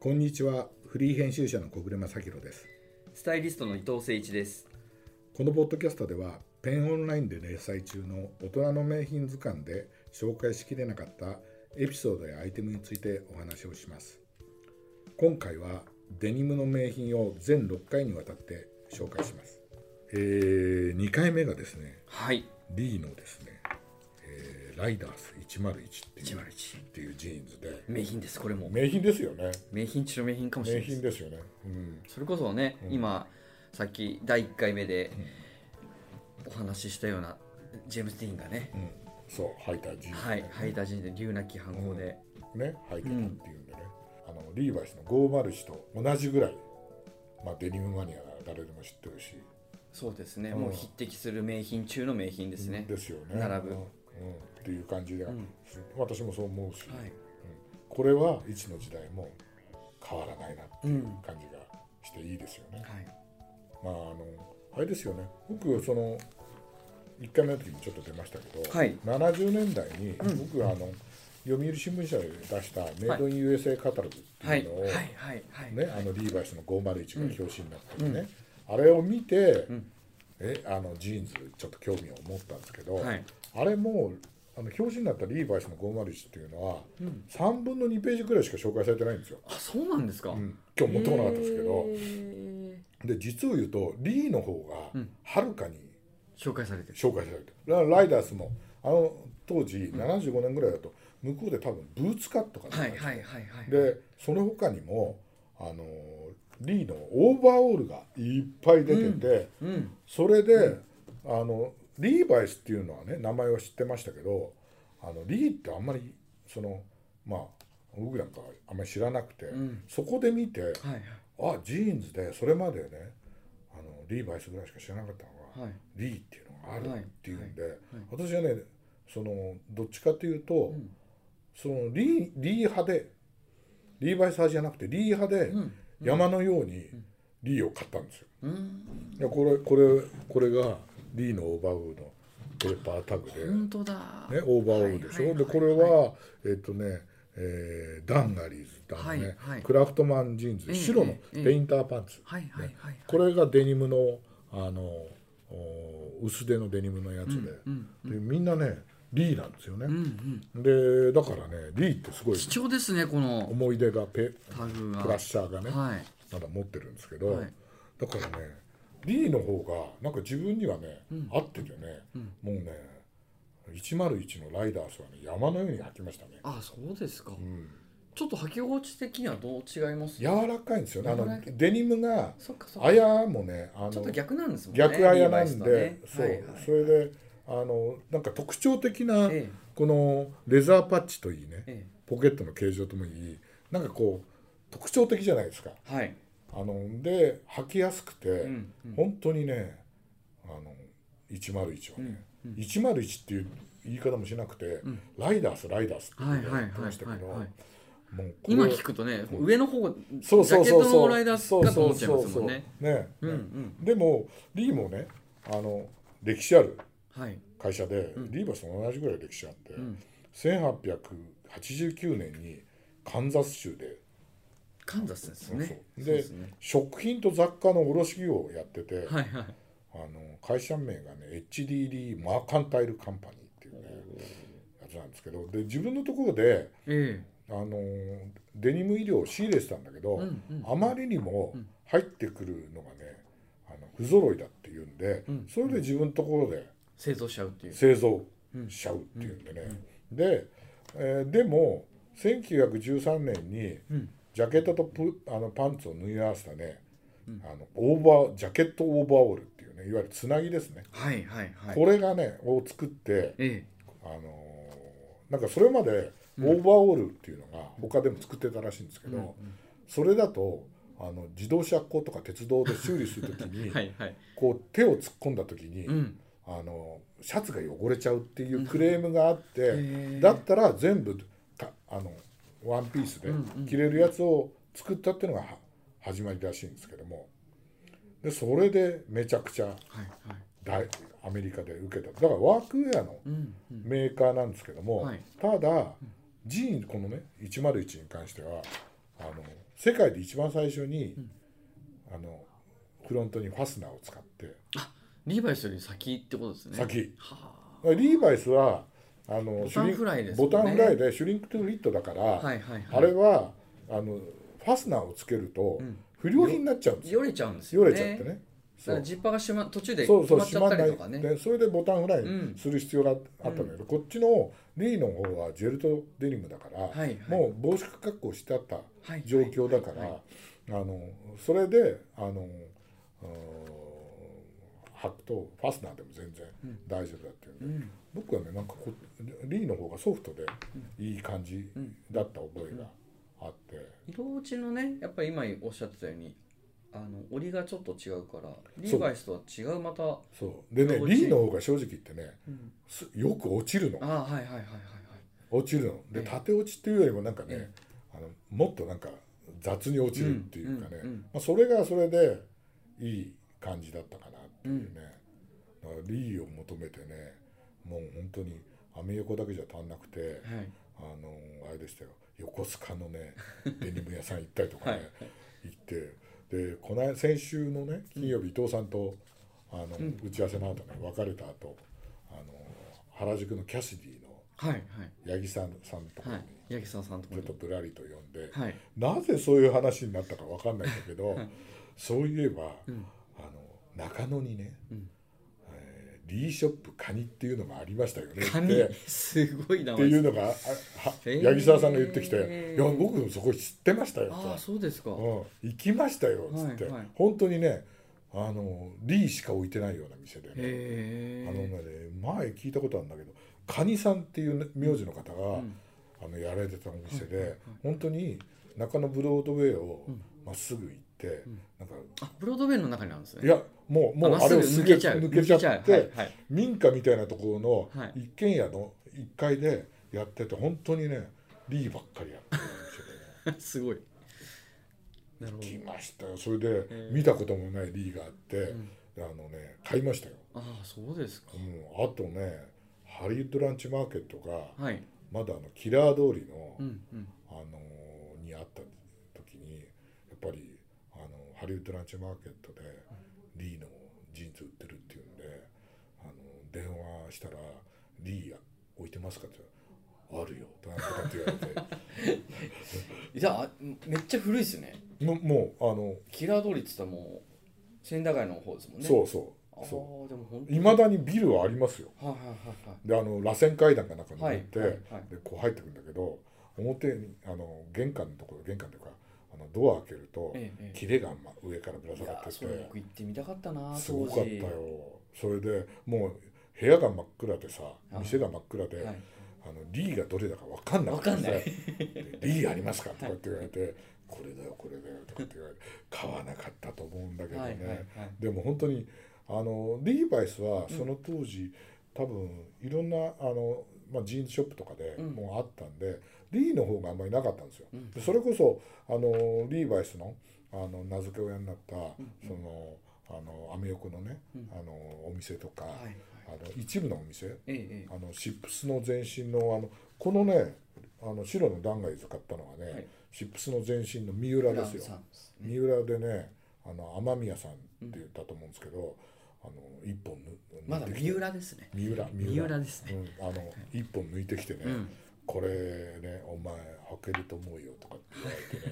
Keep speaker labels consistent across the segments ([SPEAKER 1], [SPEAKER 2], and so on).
[SPEAKER 1] こんにちはフリー編集者の小暮正弘です
[SPEAKER 2] スタイリストの伊藤誠一です。
[SPEAKER 1] このポッドキャストではペンオンラインで連載中の大人の名品図鑑で紹介しきれなかったエピソードやアイテムについてお話をします今回はデニムの名品を全6回にわたって紹介しますえー、2回目がですね
[SPEAKER 2] はい。
[SPEAKER 1] リーのですね、えーライダース101っていう
[SPEAKER 2] 101
[SPEAKER 1] っていうジーンズで
[SPEAKER 2] 名品です、これも。
[SPEAKER 1] 名品ですよね
[SPEAKER 2] 名品中の名品かもし
[SPEAKER 1] 名
[SPEAKER 2] れないで
[SPEAKER 1] 品
[SPEAKER 2] す。
[SPEAKER 1] ですよね、うん、
[SPEAKER 2] それこそね、今、さっき第1回目でお話ししたような、ジェームス・ディーンがね、
[SPEAKER 1] うん、そう履いたジーンズ、ね
[SPEAKER 2] はい、ハイダジンで竜なき反抗で、
[SPEAKER 1] ね履いてたっていうんでね、あのリーバイスの501と同じぐらい、まあ、デニムマニアなら誰でも知ってるし
[SPEAKER 2] そうですね、もう匹敵する名品中の名品ですね。
[SPEAKER 1] ですよね
[SPEAKER 2] 並ぶ
[SPEAKER 1] うんうんっていう感じで、私もそう思うし、
[SPEAKER 2] はい
[SPEAKER 1] これはいつの時代も変わらないなっていう感じがしていいですよね、
[SPEAKER 2] はい。
[SPEAKER 1] まああのあれですよね僕その1回目の時にちょっと出ましたけど、
[SPEAKER 2] はい
[SPEAKER 1] 70年代に僕はあの、読売新聞社で出した「メイドイン USA カタログ」って
[SPEAKER 2] はいい。
[SPEAKER 1] うのを、
[SPEAKER 2] はい。はい。はい。
[SPEAKER 1] ね、あのリーバイスの501が表紙になってるね、あれを見て、えあのジーンズちょっと興味を持ったんですけど、
[SPEAKER 2] はい
[SPEAKER 1] あれもあの表紙になったリーバイスの501っていうのは、3分の2ページくらいしか紹介されてないんですよ、
[SPEAKER 2] あ、そうなんですか。
[SPEAKER 1] うん今日持ってこなかったんですけど、
[SPEAKER 2] えー
[SPEAKER 1] で実を言うとリーの方がはるかに
[SPEAKER 2] 紹介されてる。
[SPEAKER 1] 紹介されてる、だからライダースもあの当時75年ぐらいだと向こうで多分ブーツカットかなんか
[SPEAKER 2] は
[SPEAKER 1] で
[SPEAKER 2] い。はい。はい。はい。
[SPEAKER 1] でその他にもあのリーのオーバーオールがいっぱい出てて、
[SPEAKER 2] うん。
[SPEAKER 1] それで、あのリーバイスっていうのはね名前は知ってましたけどあのリーってあんまりそのまあ僕なんかあんまり知らなくて、
[SPEAKER 2] ん
[SPEAKER 1] そこで見て
[SPEAKER 2] はい。はい。
[SPEAKER 1] あジーンズでそれまでねあのリーバイスぐらいしか知らなかったのが、
[SPEAKER 2] はい
[SPEAKER 1] リーっていうのがあるっていうんで、
[SPEAKER 2] は
[SPEAKER 1] 私はねそのどっちかというと、そのリーリー派でリーバイス派じゃなくてリー派で山のようにリーを買ったんですよ。
[SPEAKER 2] うん。
[SPEAKER 1] いやこれこれこれがリーのオーバーオールのペーパータグで、ね、
[SPEAKER 2] 本当だ。
[SPEAKER 1] オーバーオールでしょ。
[SPEAKER 2] はいはいはい
[SPEAKER 1] でこれはえっ、とね、えーダンガリーズだね、
[SPEAKER 2] はいはい
[SPEAKER 1] クラフトマンジーンズ、
[SPEAKER 2] ええ
[SPEAKER 1] 白の
[SPEAKER 2] ええ
[SPEAKER 1] ペインターパンツ。
[SPEAKER 2] はい。はい。はい。
[SPEAKER 1] これがデニムのあのお薄手のデニムのやつで,、でみんなねリーなんですよね、でだからねリーってすごい
[SPEAKER 2] 貴重ですねこの
[SPEAKER 1] 思い出がペ
[SPEAKER 2] タグ
[SPEAKER 1] クラ
[SPEAKER 2] が
[SPEAKER 1] ッ。シャーがね、
[SPEAKER 2] はい。
[SPEAKER 1] まだ持ってるんですけど、
[SPEAKER 2] はい
[SPEAKER 1] だからねリーの方がなんか自分にはね、合っててね、もうね101のライダースはね山のように履きましたね
[SPEAKER 2] あ、そうですか。ちょっと履き心地的にはどう違います？
[SPEAKER 1] 柔らかいんですよねあ
[SPEAKER 2] 柔ら
[SPEAKER 1] の
[SPEAKER 2] かい
[SPEAKER 1] デニムが
[SPEAKER 2] そっかそっか。
[SPEAKER 1] 綾もねあの
[SPEAKER 2] ちょっと逆なんですもんね。
[SPEAKER 1] 逆あやな
[SPEAKER 2] リー
[SPEAKER 1] ん
[SPEAKER 2] バイ
[SPEAKER 1] で、
[SPEAKER 2] ス
[SPEAKER 1] そ
[SPEAKER 2] と
[SPEAKER 1] う、
[SPEAKER 2] ねはい
[SPEAKER 1] それであのなんか特徴的な
[SPEAKER 2] ええ
[SPEAKER 1] このレザーパッチといいね、
[SPEAKER 2] え
[SPEAKER 1] ポケットの形状ともいいなんかこう特徴的じゃないですか
[SPEAKER 2] はい。はい。
[SPEAKER 1] あので履きやすくて、
[SPEAKER 2] ん
[SPEAKER 1] 本当にねあの101はね、101っていう言い方もしなくて、ライダースライダースっていうのをやってましたけど、
[SPEAKER 2] はいはいはい
[SPEAKER 1] もうこれ
[SPEAKER 2] 今聞くとね、上の方ジ
[SPEAKER 1] そう
[SPEAKER 2] ャ
[SPEAKER 1] そう
[SPEAKER 2] ケ
[SPEAKER 1] そ
[SPEAKER 2] ッ
[SPEAKER 1] う
[SPEAKER 2] トの
[SPEAKER 1] そう
[SPEAKER 2] ライダースかと思っちゃいますもんね。
[SPEAKER 1] そうそうそうね
[SPEAKER 2] うんうん。
[SPEAKER 1] でもリーもねあの歴史ある
[SPEAKER 2] はい。
[SPEAKER 1] 会社で、リーバイスと同じぐらい歴史あって、1889年にカンザス州で
[SPEAKER 2] カンザスですね。
[SPEAKER 1] そう
[SPEAKER 2] そう
[SPEAKER 1] で
[SPEAKER 2] ですね。
[SPEAKER 1] 食品と雑貨の卸業をやってて、
[SPEAKER 2] はいはい。
[SPEAKER 1] あの会社名がね HDD マーカンタイルカンパニーっていうねやつなんですけどで自分のところで
[SPEAKER 2] え
[SPEAKER 1] あのデニム衣料を仕入れてたんだけど、
[SPEAKER 2] んうん
[SPEAKER 1] あまりにも入ってくるのがねあの不揃いだっていうんで、それで自分のところで、
[SPEAKER 2] え。製造しちゃうっていう。
[SPEAKER 1] 製造しちゃうっていうんでね、で、えーでも1913年にジャケットとプあのパンツを縫い合わせたね、あのオーバージャケットオーバーオールっていうねいわゆるつなぎですね、
[SPEAKER 2] はいはいはい。
[SPEAKER 1] これがねを作って、
[SPEAKER 2] え
[SPEAKER 1] あのーなんかそれまでオーバーオールっていうのが他でも作ってたらしいんですけど、それだとあの自動車庫とか鉄道で修理するとき
[SPEAKER 2] え。
[SPEAKER 1] に、
[SPEAKER 2] はいはい。
[SPEAKER 1] こう手を突っ込んだ時に、
[SPEAKER 2] ん
[SPEAKER 1] あのシャツが汚れちゃうっていうクレームがあって、
[SPEAKER 2] へー
[SPEAKER 1] だったら全部かあのワンピースで着れるやつを作ったっていうのがは始まりらしいんですけどもでそれでめちゃくちゃ
[SPEAKER 2] はいはい。
[SPEAKER 1] 大アメリカで受けただからワークウェアの
[SPEAKER 2] うんうん。
[SPEAKER 1] メーカーなんですけども、
[SPEAKER 2] はい
[SPEAKER 1] ただジーンこのね101に関してはあの世界で一番最初に、あのフロントにファスナーを使って
[SPEAKER 2] リーバイスより先ってことですね
[SPEAKER 1] 先
[SPEAKER 2] はあ
[SPEAKER 1] リーバイスはあの
[SPEAKER 2] ボタンフライです
[SPEAKER 1] ボ
[SPEAKER 2] もんね
[SPEAKER 1] タンフライでシュリンクトゥリットだから、
[SPEAKER 2] はいはいはい
[SPEAKER 1] あれはあのファスナーをつけると
[SPEAKER 2] うん
[SPEAKER 1] 不良品になっちゃうんですよ、
[SPEAKER 2] よれちゃうんです
[SPEAKER 1] よ
[SPEAKER 2] よね
[SPEAKER 1] れちゃってね
[SPEAKER 2] だからジッパーが閉ま途中で
[SPEAKER 1] そうそ
[SPEAKER 2] 止
[SPEAKER 1] う
[SPEAKER 2] まっち
[SPEAKER 1] 閉
[SPEAKER 2] ゃっ
[SPEAKER 1] ま
[SPEAKER 2] た
[SPEAKER 1] んな
[SPEAKER 2] り
[SPEAKER 1] い
[SPEAKER 2] とかね
[SPEAKER 1] でそれでボタンフライ
[SPEAKER 2] うん
[SPEAKER 1] する必要があったんだけど、こっちのリーの方はジェルトデニムだから、
[SPEAKER 2] いはい
[SPEAKER 1] もう防縮格好してあった
[SPEAKER 2] はい
[SPEAKER 1] 状況だから、
[SPEAKER 2] はいはい
[SPEAKER 1] あのそれであのうーん履くとファスナーでも全然大丈夫だっていう、
[SPEAKER 2] うん
[SPEAKER 1] で
[SPEAKER 2] ん
[SPEAKER 1] 僕はねなんかこリーの方がソフトでいい感じだった覚えがあって、
[SPEAKER 2] 色落ちのねやっぱり今おっしゃってたようにあの折りがちょっと違うからリ
[SPEAKER 1] そう
[SPEAKER 2] ーバイスとは違うまたあ
[SPEAKER 1] そうでね
[SPEAKER 2] 色落ち
[SPEAKER 1] リーの方が正直言ってね、
[SPEAKER 2] ん
[SPEAKER 1] すよく落ちるの
[SPEAKER 2] あはいはいはいはいはい
[SPEAKER 1] 落ちるので縦落ちっていうよりもなんかね、あのもっとなんか雑に落ちるっていうかね、
[SPEAKER 2] うんうんうん
[SPEAKER 1] まあ、それがそれでいい感じだったかなっていうね、だからリーを求めてねもう本当にアメ横だけじゃ足んなくて
[SPEAKER 2] はい
[SPEAKER 1] あのあれでしたよ横須賀の ねデニム屋さん行ったりとかね、
[SPEAKER 2] はい
[SPEAKER 1] 行ってでこの間先週のね金曜日伊藤さんとあの、打ち合わせの後ね別れた後あの原宿のキャシディの
[SPEAKER 2] はいはい
[SPEAKER 1] 八木さんさんのとこ
[SPEAKER 2] は
[SPEAKER 1] ろ
[SPEAKER 2] い八木沢さんとこ
[SPEAKER 1] に
[SPEAKER 2] に
[SPEAKER 1] ちょっとぶらりと呼んで、
[SPEAKER 2] はい
[SPEAKER 1] なぜそういう話になったかわかんないんだけど、そういえば、
[SPEAKER 2] うん
[SPEAKER 1] あの中野にね、
[SPEAKER 2] うん
[SPEAKER 1] えーリーショップカニっていうのもありましたよね
[SPEAKER 2] カ
[SPEAKER 1] っ
[SPEAKER 2] ニ
[SPEAKER 1] て
[SPEAKER 2] すごい名
[SPEAKER 1] って
[SPEAKER 2] 前
[SPEAKER 1] い
[SPEAKER 2] で
[SPEAKER 1] う
[SPEAKER 2] す
[SPEAKER 1] のがあは
[SPEAKER 2] へー
[SPEAKER 1] 八木沢さんが言ってきて「いや僕そこ知ってましたよ」
[SPEAKER 2] ああ
[SPEAKER 1] と
[SPEAKER 2] そうですか
[SPEAKER 1] うん行きましたよ」っつって、
[SPEAKER 2] はいはい
[SPEAKER 1] 本当にねあのリーしか置いてないような店でね、
[SPEAKER 2] へ
[SPEAKER 1] あの
[SPEAKER 2] え
[SPEAKER 1] ね前聞いたことあるんだけどカニさんっていうね名字の方が、
[SPEAKER 2] ん
[SPEAKER 1] あのやられてたお店で、本当に中野ブロードウェイをまっすぐ行って、なんか
[SPEAKER 2] あブロードウェイの中にあるんです
[SPEAKER 1] い
[SPEAKER 2] ね
[SPEAKER 1] やもうもう
[SPEAKER 2] あまっ
[SPEAKER 1] あ
[SPEAKER 2] す
[SPEAKER 1] れ
[SPEAKER 2] ぐ
[SPEAKER 1] をす
[SPEAKER 2] 抜
[SPEAKER 1] げ
[SPEAKER 2] けちゃう
[SPEAKER 1] 抜けちゃって、
[SPEAKER 2] はいはい
[SPEAKER 1] 民家みたいなところ
[SPEAKER 2] は
[SPEAKER 1] の
[SPEAKER 2] い
[SPEAKER 1] 一軒家の1階でやってて本当にねリーばっかりやってる
[SPEAKER 2] すごい。 なるほ
[SPEAKER 1] お
[SPEAKER 2] ど
[SPEAKER 1] 店で、ね、来ましたよそれで
[SPEAKER 2] えー
[SPEAKER 1] 見たこともないリーがあって、
[SPEAKER 2] ん
[SPEAKER 1] あのね買いましたよ、
[SPEAKER 2] ああ、そうですか
[SPEAKER 1] う。ん、あとねハリウッドランチマーケットが
[SPEAKER 2] はい。
[SPEAKER 1] まだあのキラー通りの、
[SPEAKER 2] うんうん。
[SPEAKER 1] あのにあった時にやっぱりあのハリウッドランチマーケットでリーのジーンズ売ってるっていうんであの電話したら「リー置いてますか?」って言ったらあるよ」とかって言われ
[SPEAKER 2] いや、あめっちゃ古いですね。
[SPEAKER 1] てももうあの、
[SPEAKER 2] キラー通りって言ったらもう千駄ヶ谷の方ですもんね。
[SPEAKER 1] そうそう
[SPEAKER 2] あ
[SPEAKER 1] そ
[SPEAKER 2] あ、でも本
[SPEAKER 1] ういまだにビルはありますよ
[SPEAKER 2] 当。はいはいはいはい。
[SPEAKER 1] であの螺旋階段が中にあって、
[SPEAKER 2] はいはいはい
[SPEAKER 1] でこう入ってくるんだけど表にあの玄関のところ玄関というかあのドア開けると、
[SPEAKER 2] ええええ
[SPEAKER 1] 切れが、ま、上からぶら
[SPEAKER 2] い
[SPEAKER 1] 下が
[SPEAKER 2] や
[SPEAKER 1] っ
[SPEAKER 2] ー、
[SPEAKER 1] てて
[SPEAKER 2] そう僕行ってみたかったな。
[SPEAKER 1] す
[SPEAKER 2] 当
[SPEAKER 1] ご
[SPEAKER 2] 時
[SPEAKER 1] かったよ。それでもう部屋が真っ暗でさ
[SPEAKER 2] い
[SPEAKER 1] 店が真っ暗で、
[SPEAKER 2] はい
[SPEAKER 1] あのリーがどれだか分かんなくて
[SPEAKER 2] わかんない
[SPEAKER 1] でリーありますか?」とかって言われて「これだよこれだよ」とかって言われて買わなかったと思うんだけどね、
[SPEAKER 2] はいはいはい
[SPEAKER 1] でも本当にあのリーバイスはその当時、多分いろんなあの、まあ、ジーンズショップとかで
[SPEAKER 2] うん
[SPEAKER 1] もうあったんで、リーの方があんまりなかったんですよ。
[SPEAKER 2] うん
[SPEAKER 1] でそれこそあのリーバイスのあの名付け親になった、そのあのアメ横のね、
[SPEAKER 2] うん
[SPEAKER 1] あのお店とか、
[SPEAKER 2] はいはい。
[SPEAKER 1] あの一部のお店
[SPEAKER 2] えええ
[SPEAKER 1] あのシップスの全身のあのこのねあの白の断崖図買ったのはね、
[SPEAKER 2] はい
[SPEAKER 1] シップスの全身の三浦
[SPEAKER 2] え。
[SPEAKER 1] ですよ
[SPEAKER 2] ランさんすね
[SPEAKER 1] 三浦でねあの雨宮さんって言ったと思うんですけど、あの一本ぬ
[SPEAKER 2] まだ
[SPEAKER 1] 抜いてき
[SPEAKER 2] 三
[SPEAKER 1] て
[SPEAKER 2] 浦ですね。
[SPEAKER 1] 三浦
[SPEAKER 2] 三浦ですね。
[SPEAKER 1] うん、あの、一本抜いてきてね、
[SPEAKER 2] うん
[SPEAKER 1] これねお前履けると思うよとかって言わ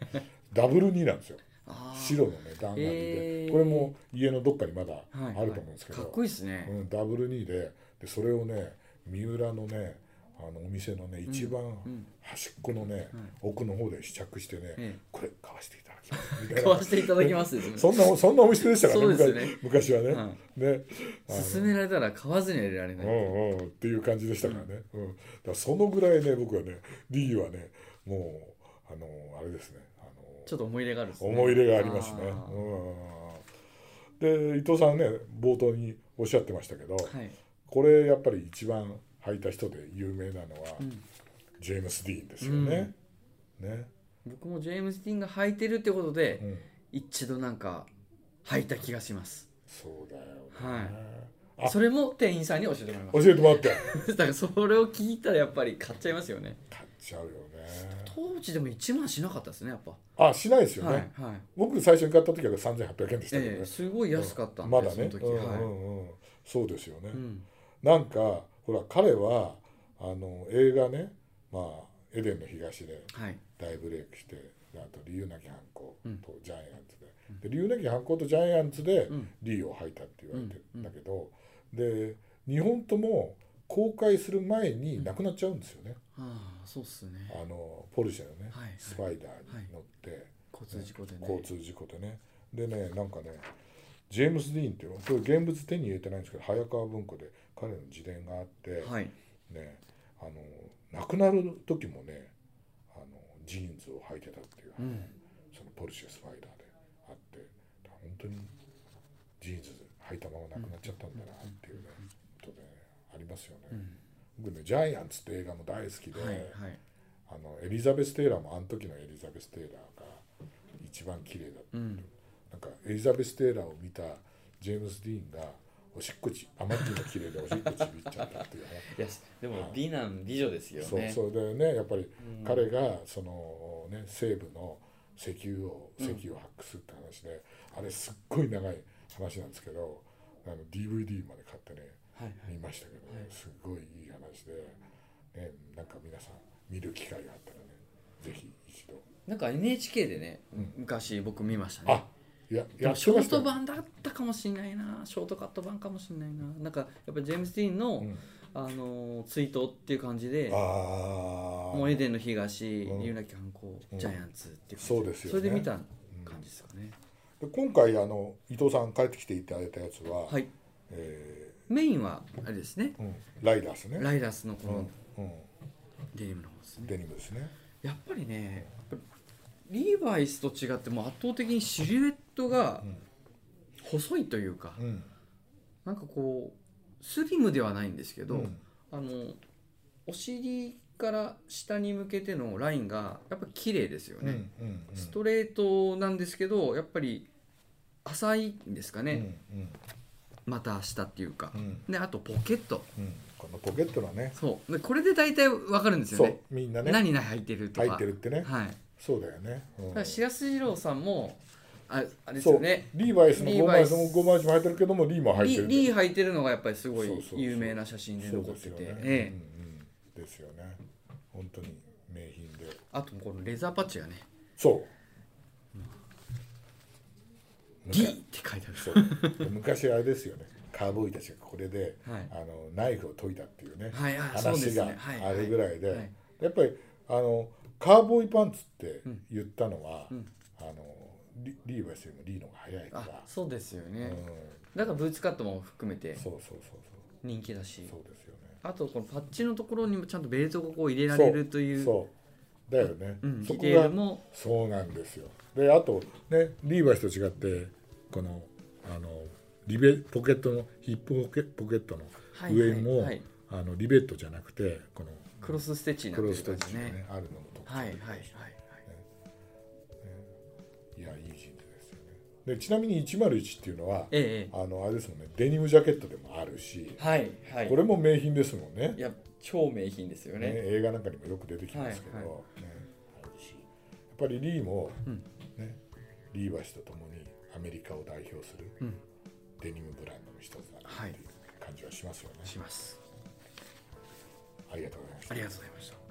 [SPEAKER 1] れて ねダブル2なんですよ
[SPEAKER 2] ああ。
[SPEAKER 1] 白のね段階で、
[SPEAKER 2] えー
[SPEAKER 1] これも家のどっかにまだ
[SPEAKER 2] はいはい
[SPEAKER 1] あると思うんですけど、
[SPEAKER 2] かっこいいですね。
[SPEAKER 1] うん、ダブル2ででそれをね三浦のねあのお店のね一番
[SPEAKER 2] うん
[SPEAKER 1] 端っこのね、奥の方で試着してね、
[SPEAKER 2] ええ
[SPEAKER 1] これ買わせていただきますみたい
[SPEAKER 2] 買
[SPEAKER 1] な
[SPEAKER 2] わせていただきますです ね。
[SPEAKER 1] そんなそんなお店でしたからね
[SPEAKER 2] そうですね
[SPEAKER 1] 昔昔はね。
[SPEAKER 2] は
[SPEAKER 1] ねあの
[SPEAKER 2] 勧められたら買わずにはいられな
[SPEAKER 1] う
[SPEAKER 2] い。
[SPEAKER 1] んうんっていう感じでしたからね、うんだからそのぐらいね僕はね D はねもうあのあれですねあの
[SPEAKER 2] ちょっと思い入れがあるんですね。
[SPEAKER 1] 思い入れがありますね
[SPEAKER 2] あー
[SPEAKER 1] うんうんうんで伊藤さんね冒頭におっしゃってましたけど、
[SPEAKER 2] はい。
[SPEAKER 1] これやっぱり一番履いた人で有名なのは、
[SPEAKER 2] ん
[SPEAKER 1] ジェームス・ディーンですよね。ね、
[SPEAKER 2] 僕もジェームス・ディーンが履いてるってことで、
[SPEAKER 1] うん、
[SPEAKER 2] 一度なんか履いた気がします
[SPEAKER 1] そうだよね、
[SPEAKER 2] はい
[SPEAKER 1] あ
[SPEAKER 2] それも店員さんに教えても らいま
[SPEAKER 1] 教えてもらって
[SPEAKER 2] すだからそれを聞いたらやっぱり買っちゃいますよね
[SPEAKER 1] 買っちゃうよね
[SPEAKER 2] 当時でも1万しなかったですねやっぱ
[SPEAKER 1] あしないですよね、
[SPEAKER 2] はいはい
[SPEAKER 1] 僕最初に買った時は3800円でしたけどね
[SPEAKER 2] え、えすごい安かったんで、
[SPEAKER 1] まだ
[SPEAKER 2] その
[SPEAKER 1] ね
[SPEAKER 2] 時、
[SPEAKER 1] うん
[SPEAKER 2] はい、
[SPEAKER 1] うんうん、そうですよね、
[SPEAKER 2] うん
[SPEAKER 1] なんかほら彼はあの映画ねまあエデンの東で
[SPEAKER 2] はい
[SPEAKER 1] 大ブレイクしてあと理由なき犯行とジャイアンツで,、
[SPEAKER 2] ん
[SPEAKER 1] で理由なき犯行とジャイアンツで
[SPEAKER 2] うん
[SPEAKER 1] リーを吐いたって言われてるんだけど、で日本とも公開する前に亡くなっちゃうんですよね、
[SPEAKER 2] ああそうっすね
[SPEAKER 1] あのポルシェのね、
[SPEAKER 2] はいはい
[SPEAKER 1] スパイダーに乗って、
[SPEAKER 2] 交通事故でね
[SPEAKER 1] 交通事故でねでねなんかねジェームス・ディーンっていうこれ現物手に入れてないんですけど早川文庫で彼の自伝があって、
[SPEAKER 2] はい
[SPEAKER 1] ねあの亡くなる時もねあのジーンズを履いてたっていう、
[SPEAKER 2] うん
[SPEAKER 1] そのポルシェスパイダーであってだから本当にジーンズ履いたまま亡くなっちゃったんだなっていうね、ことねありますよね、僕ねジャイアンツって映画も大好きで、
[SPEAKER 2] はいはい
[SPEAKER 1] あのエリザベス・テイラーもあの時のエリザベス・テイラーが一番綺麗だった、
[SPEAKER 2] うん
[SPEAKER 1] なんかエリザベス・テイラーを見たジェームス・ディーンがおしっこちあまりにも綺麗でおしっこちびっちゃったっていうね
[SPEAKER 2] いやでも美男美女ですよね
[SPEAKER 1] そうそれでねやっぱり彼がそのね西部の石油を石油を発掘するって話で、あれすっごい長い話なんですけどあの DVD まで買ってね
[SPEAKER 2] はいはい
[SPEAKER 1] 見ましたけどね、すっごいいい話で、ね、なんか皆さん見る機会があったらねぜひ一度
[SPEAKER 2] なんか NHK でね、昔僕見ましたね
[SPEAKER 1] あいや
[SPEAKER 2] で
[SPEAKER 1] や
[SPEAKER 2] も
[SPEAKER 1] っ
[SPEAKER 2] シ
[SPEAKER 1] て
[SPEAKER 2] ョ
[SPEAKER 1] ま
[SPEAKER 2] ー
[SPEAKER 1] した
[SPEAKER 2] ト
[SPEAKER 1] よ
[SPEAKER 2] 版だったかもしれないなショートカット版かもしれないななんかやっぱジェームス・ディーンの、
[SPEAKER 1] うん
[SPEAKER 2] あのー追悼っていう感じで
[SPEAKER 1] ああ
[SPEAKER 2] もうエデンの東、
[SPEAKER 1] うん
[SPEAKER 2] 有なき犯行、
[SPEAKER 1] うん
[SPEAKER 2] ジャイアンツっていう感じ
[SPEAKER 1] そうですよね
[SPEAKER 2] それで見た感じですかね、
[SPEAKER 1] で今回あの伊藤さん帰ってきていただいたやつは、
[SPEAKER 2] はい
[SPEAKER 1] え
[SPEAKER 2] メインはあれですね
[SPEAKER 1] ーうん、ライダースね
[SPEAKER 2] ライダースのこ
[SPEAKER 1] う
[SPEAKER 2] の
[SPEAKER 1] んうん
[SPEAKER 2] デニムの方ですね
[SPEAKER 1] デニムですね。
[SPEAKER 2] やっぱりねやっぱリーバイスと違ってもう圧倒的にシルエットが細いというか、
[SPEAKER 1] うん。
[SPEAKER 2] なんかこうスリムではないんですけど、
[SPEAKER 1] うん
[SPEAKER 2] あのお尻から下に向けてのラインがやっぱ綺麗ですよ
[SPEAKER 1] うん。う
[SPEAKER 2] ね、
[SPEAKER 1] ん。うん
[SPEAKER 2] ストレートなんですけどやっぱり浅いんですかね、。
[SPEAKER 1] うん。
[SPEAKER 2] また下っていうか
[SPEAKER 1] う、ん。
[SPEAKER 2] であとポケット
[SPEAKER 1] うん。このポケットのね。
[SPEAKER 2] そうでこれで大体わかるんですよ
[SPEAKER 1] そう
[SPEAKER 2] ね、
[SPEAKER 1] みんなね。
[SPEAKER 2] 何入ってると
[SPEAKER 1] 入
[SPEAKER 2] か
[SPEAKER 1] ってるってね。
[SPEAKER 2] はい、だ
[SPEAKER 1] そうだよね。うん
[SPEAKER 2] から白洲二郎さんもああれです
[SPEAKER 1] そう
[SPEAKER 2] よね。
[SPEAKER 1] リーバイスの
[SPEAKER 2] リ
[SPEAKER 1] ゴー
[SPEAKER 2] ーバ
[SPEAKER 1] マ
[SPEAKER 2] イ
[SPEAKER 1] イ
[SPEAKER 2] ス
[SPEAKER 1] スもゴーマイスも入ってるけども、リーも入って
[SPEAKER 2] リ
[SPEAKER 1] る。
[SPEAKER 2] リー
[SPEAKER 1] ー
[SPEAKER 2] 履いてるのがやっぱりすごい
[SPEAKER 1] そうそうそう
[SPEAKER 2] 有名な写真で
[SPEAKER 1] そう
[SPEAKER 2] 残っ
[SPEAKER 1] です
[SPEAKER 2] て
[SPEAKER 1] よ
[SPEAKER 2] て、
[SPEAKER 1] ね。うん
[SPEAKER 2] ええ
[SPEAKER 1] うん。ですよね。本当に名品で。
[SPEAKER 2] あとこのレザーパッチがね
[SPEAKER 1] そう。
[SPEAKER 2] 「D」って書いてある
[SPEAKER 1] そう昔あれですよねカーボーイたちがこれで、
[SPEAKER 2] はい
[SPEAKER 1] あのナイフを研いだっていうね、
[SPEAKER 2] はいはいそうで
[SPEAKER 1] 話
[SPEAKER 2] す
[SPEAKER 1] が
[SPEAKER 2] ねはい
[SPEAKER 1] あるぐらいで、
[SPEAKER 2] はい
[SPEAKER 1] やっぱりあのカーボーイパンツって
[SPEAKER 2] うん
[SPEAKER 1] 言ったのは、
[SPEAKER 2] うん
[SPEAKER 1] あのリリーバイスよりもリーの方が早いか
[SPEAKER 2] あ
[SPEAKER 1] ら、
[SPEAKER 2] そうですよ
[SPEAKER 1] う
[SPEAKER 2] ね、
[SPEAKER 1] ん、
[SPEAKER 2] だからブーツカットも含めて
[SPEAKER 1] そうそう
[SPEAKER 2] 人気だし
[SPEAKER 1] そうそうそうですよね
[SPEAKER 2] あとこのパッチのところにもちゃんとベルトがこう入れられるという
[SPEAKER 1] そうだよね、
[SPEAKER 2] うん、
[SPEAKER 1] そ
[SPEAKER 2] ディ
[SPEAKER 1] こ
[SPEAKER 2] テール
[SPEAKER 1] が
[SPEAKER 2] も
[SPEAKER 1] そうなんですよであとねリーバイスと違ってこのあのリベポケットのヒップポケポケットの上も、
[SPEAKER 2] はいはいはい
[SPEAKER 1] あのリベットじゃなくてこの
[SPEAKER 2] クロスステッチにな
[SPEAKER 1] ク
[SPEAKER 2] って
[SPEAKER 1] ロス
[SPEAKER 2] る
[SPEAKER 1] タッチが
[SPEAKER 2] 感
[SPEAKER 1] ね
[SPEAKER 2] じね
[SPEAKER 1] あるのも特徴
[SPEAKER 2] はいはいはいはい
[SPEAKER 1] いやいいジーンズですよねでちなみに101っていうのは
[SPEAKER 2] ええ
[SPEAKER 1] あのあれですもんねデニムジャケットでもあるし、
[SPEAKER 2] はいはい
[SPEAKER 1] これも名品ですもんね
[SPEAKER 2] いや超名品ですよ
[SPEAKER 1] ね
[SPEAKER 2] ね
[SPEAKER 1] 映画なんかにもよく出てきますけど、
[SPEAKER 2] はいは
[SPEAKER 1] ねあるしやっぱりリーも、
[SPEAKER 2] うん
[SPEAKER 1] ね、リーバイスとともにアメリカを代表する
[SPEAKER 2] うん
[SPEAKER 1] デニムブランドの一つだなっていう感じはしますよね、
[SPEAKER 2] します
[SPEAKER 1] ありがとうございました
[SPEAKER 2] ありがとうございました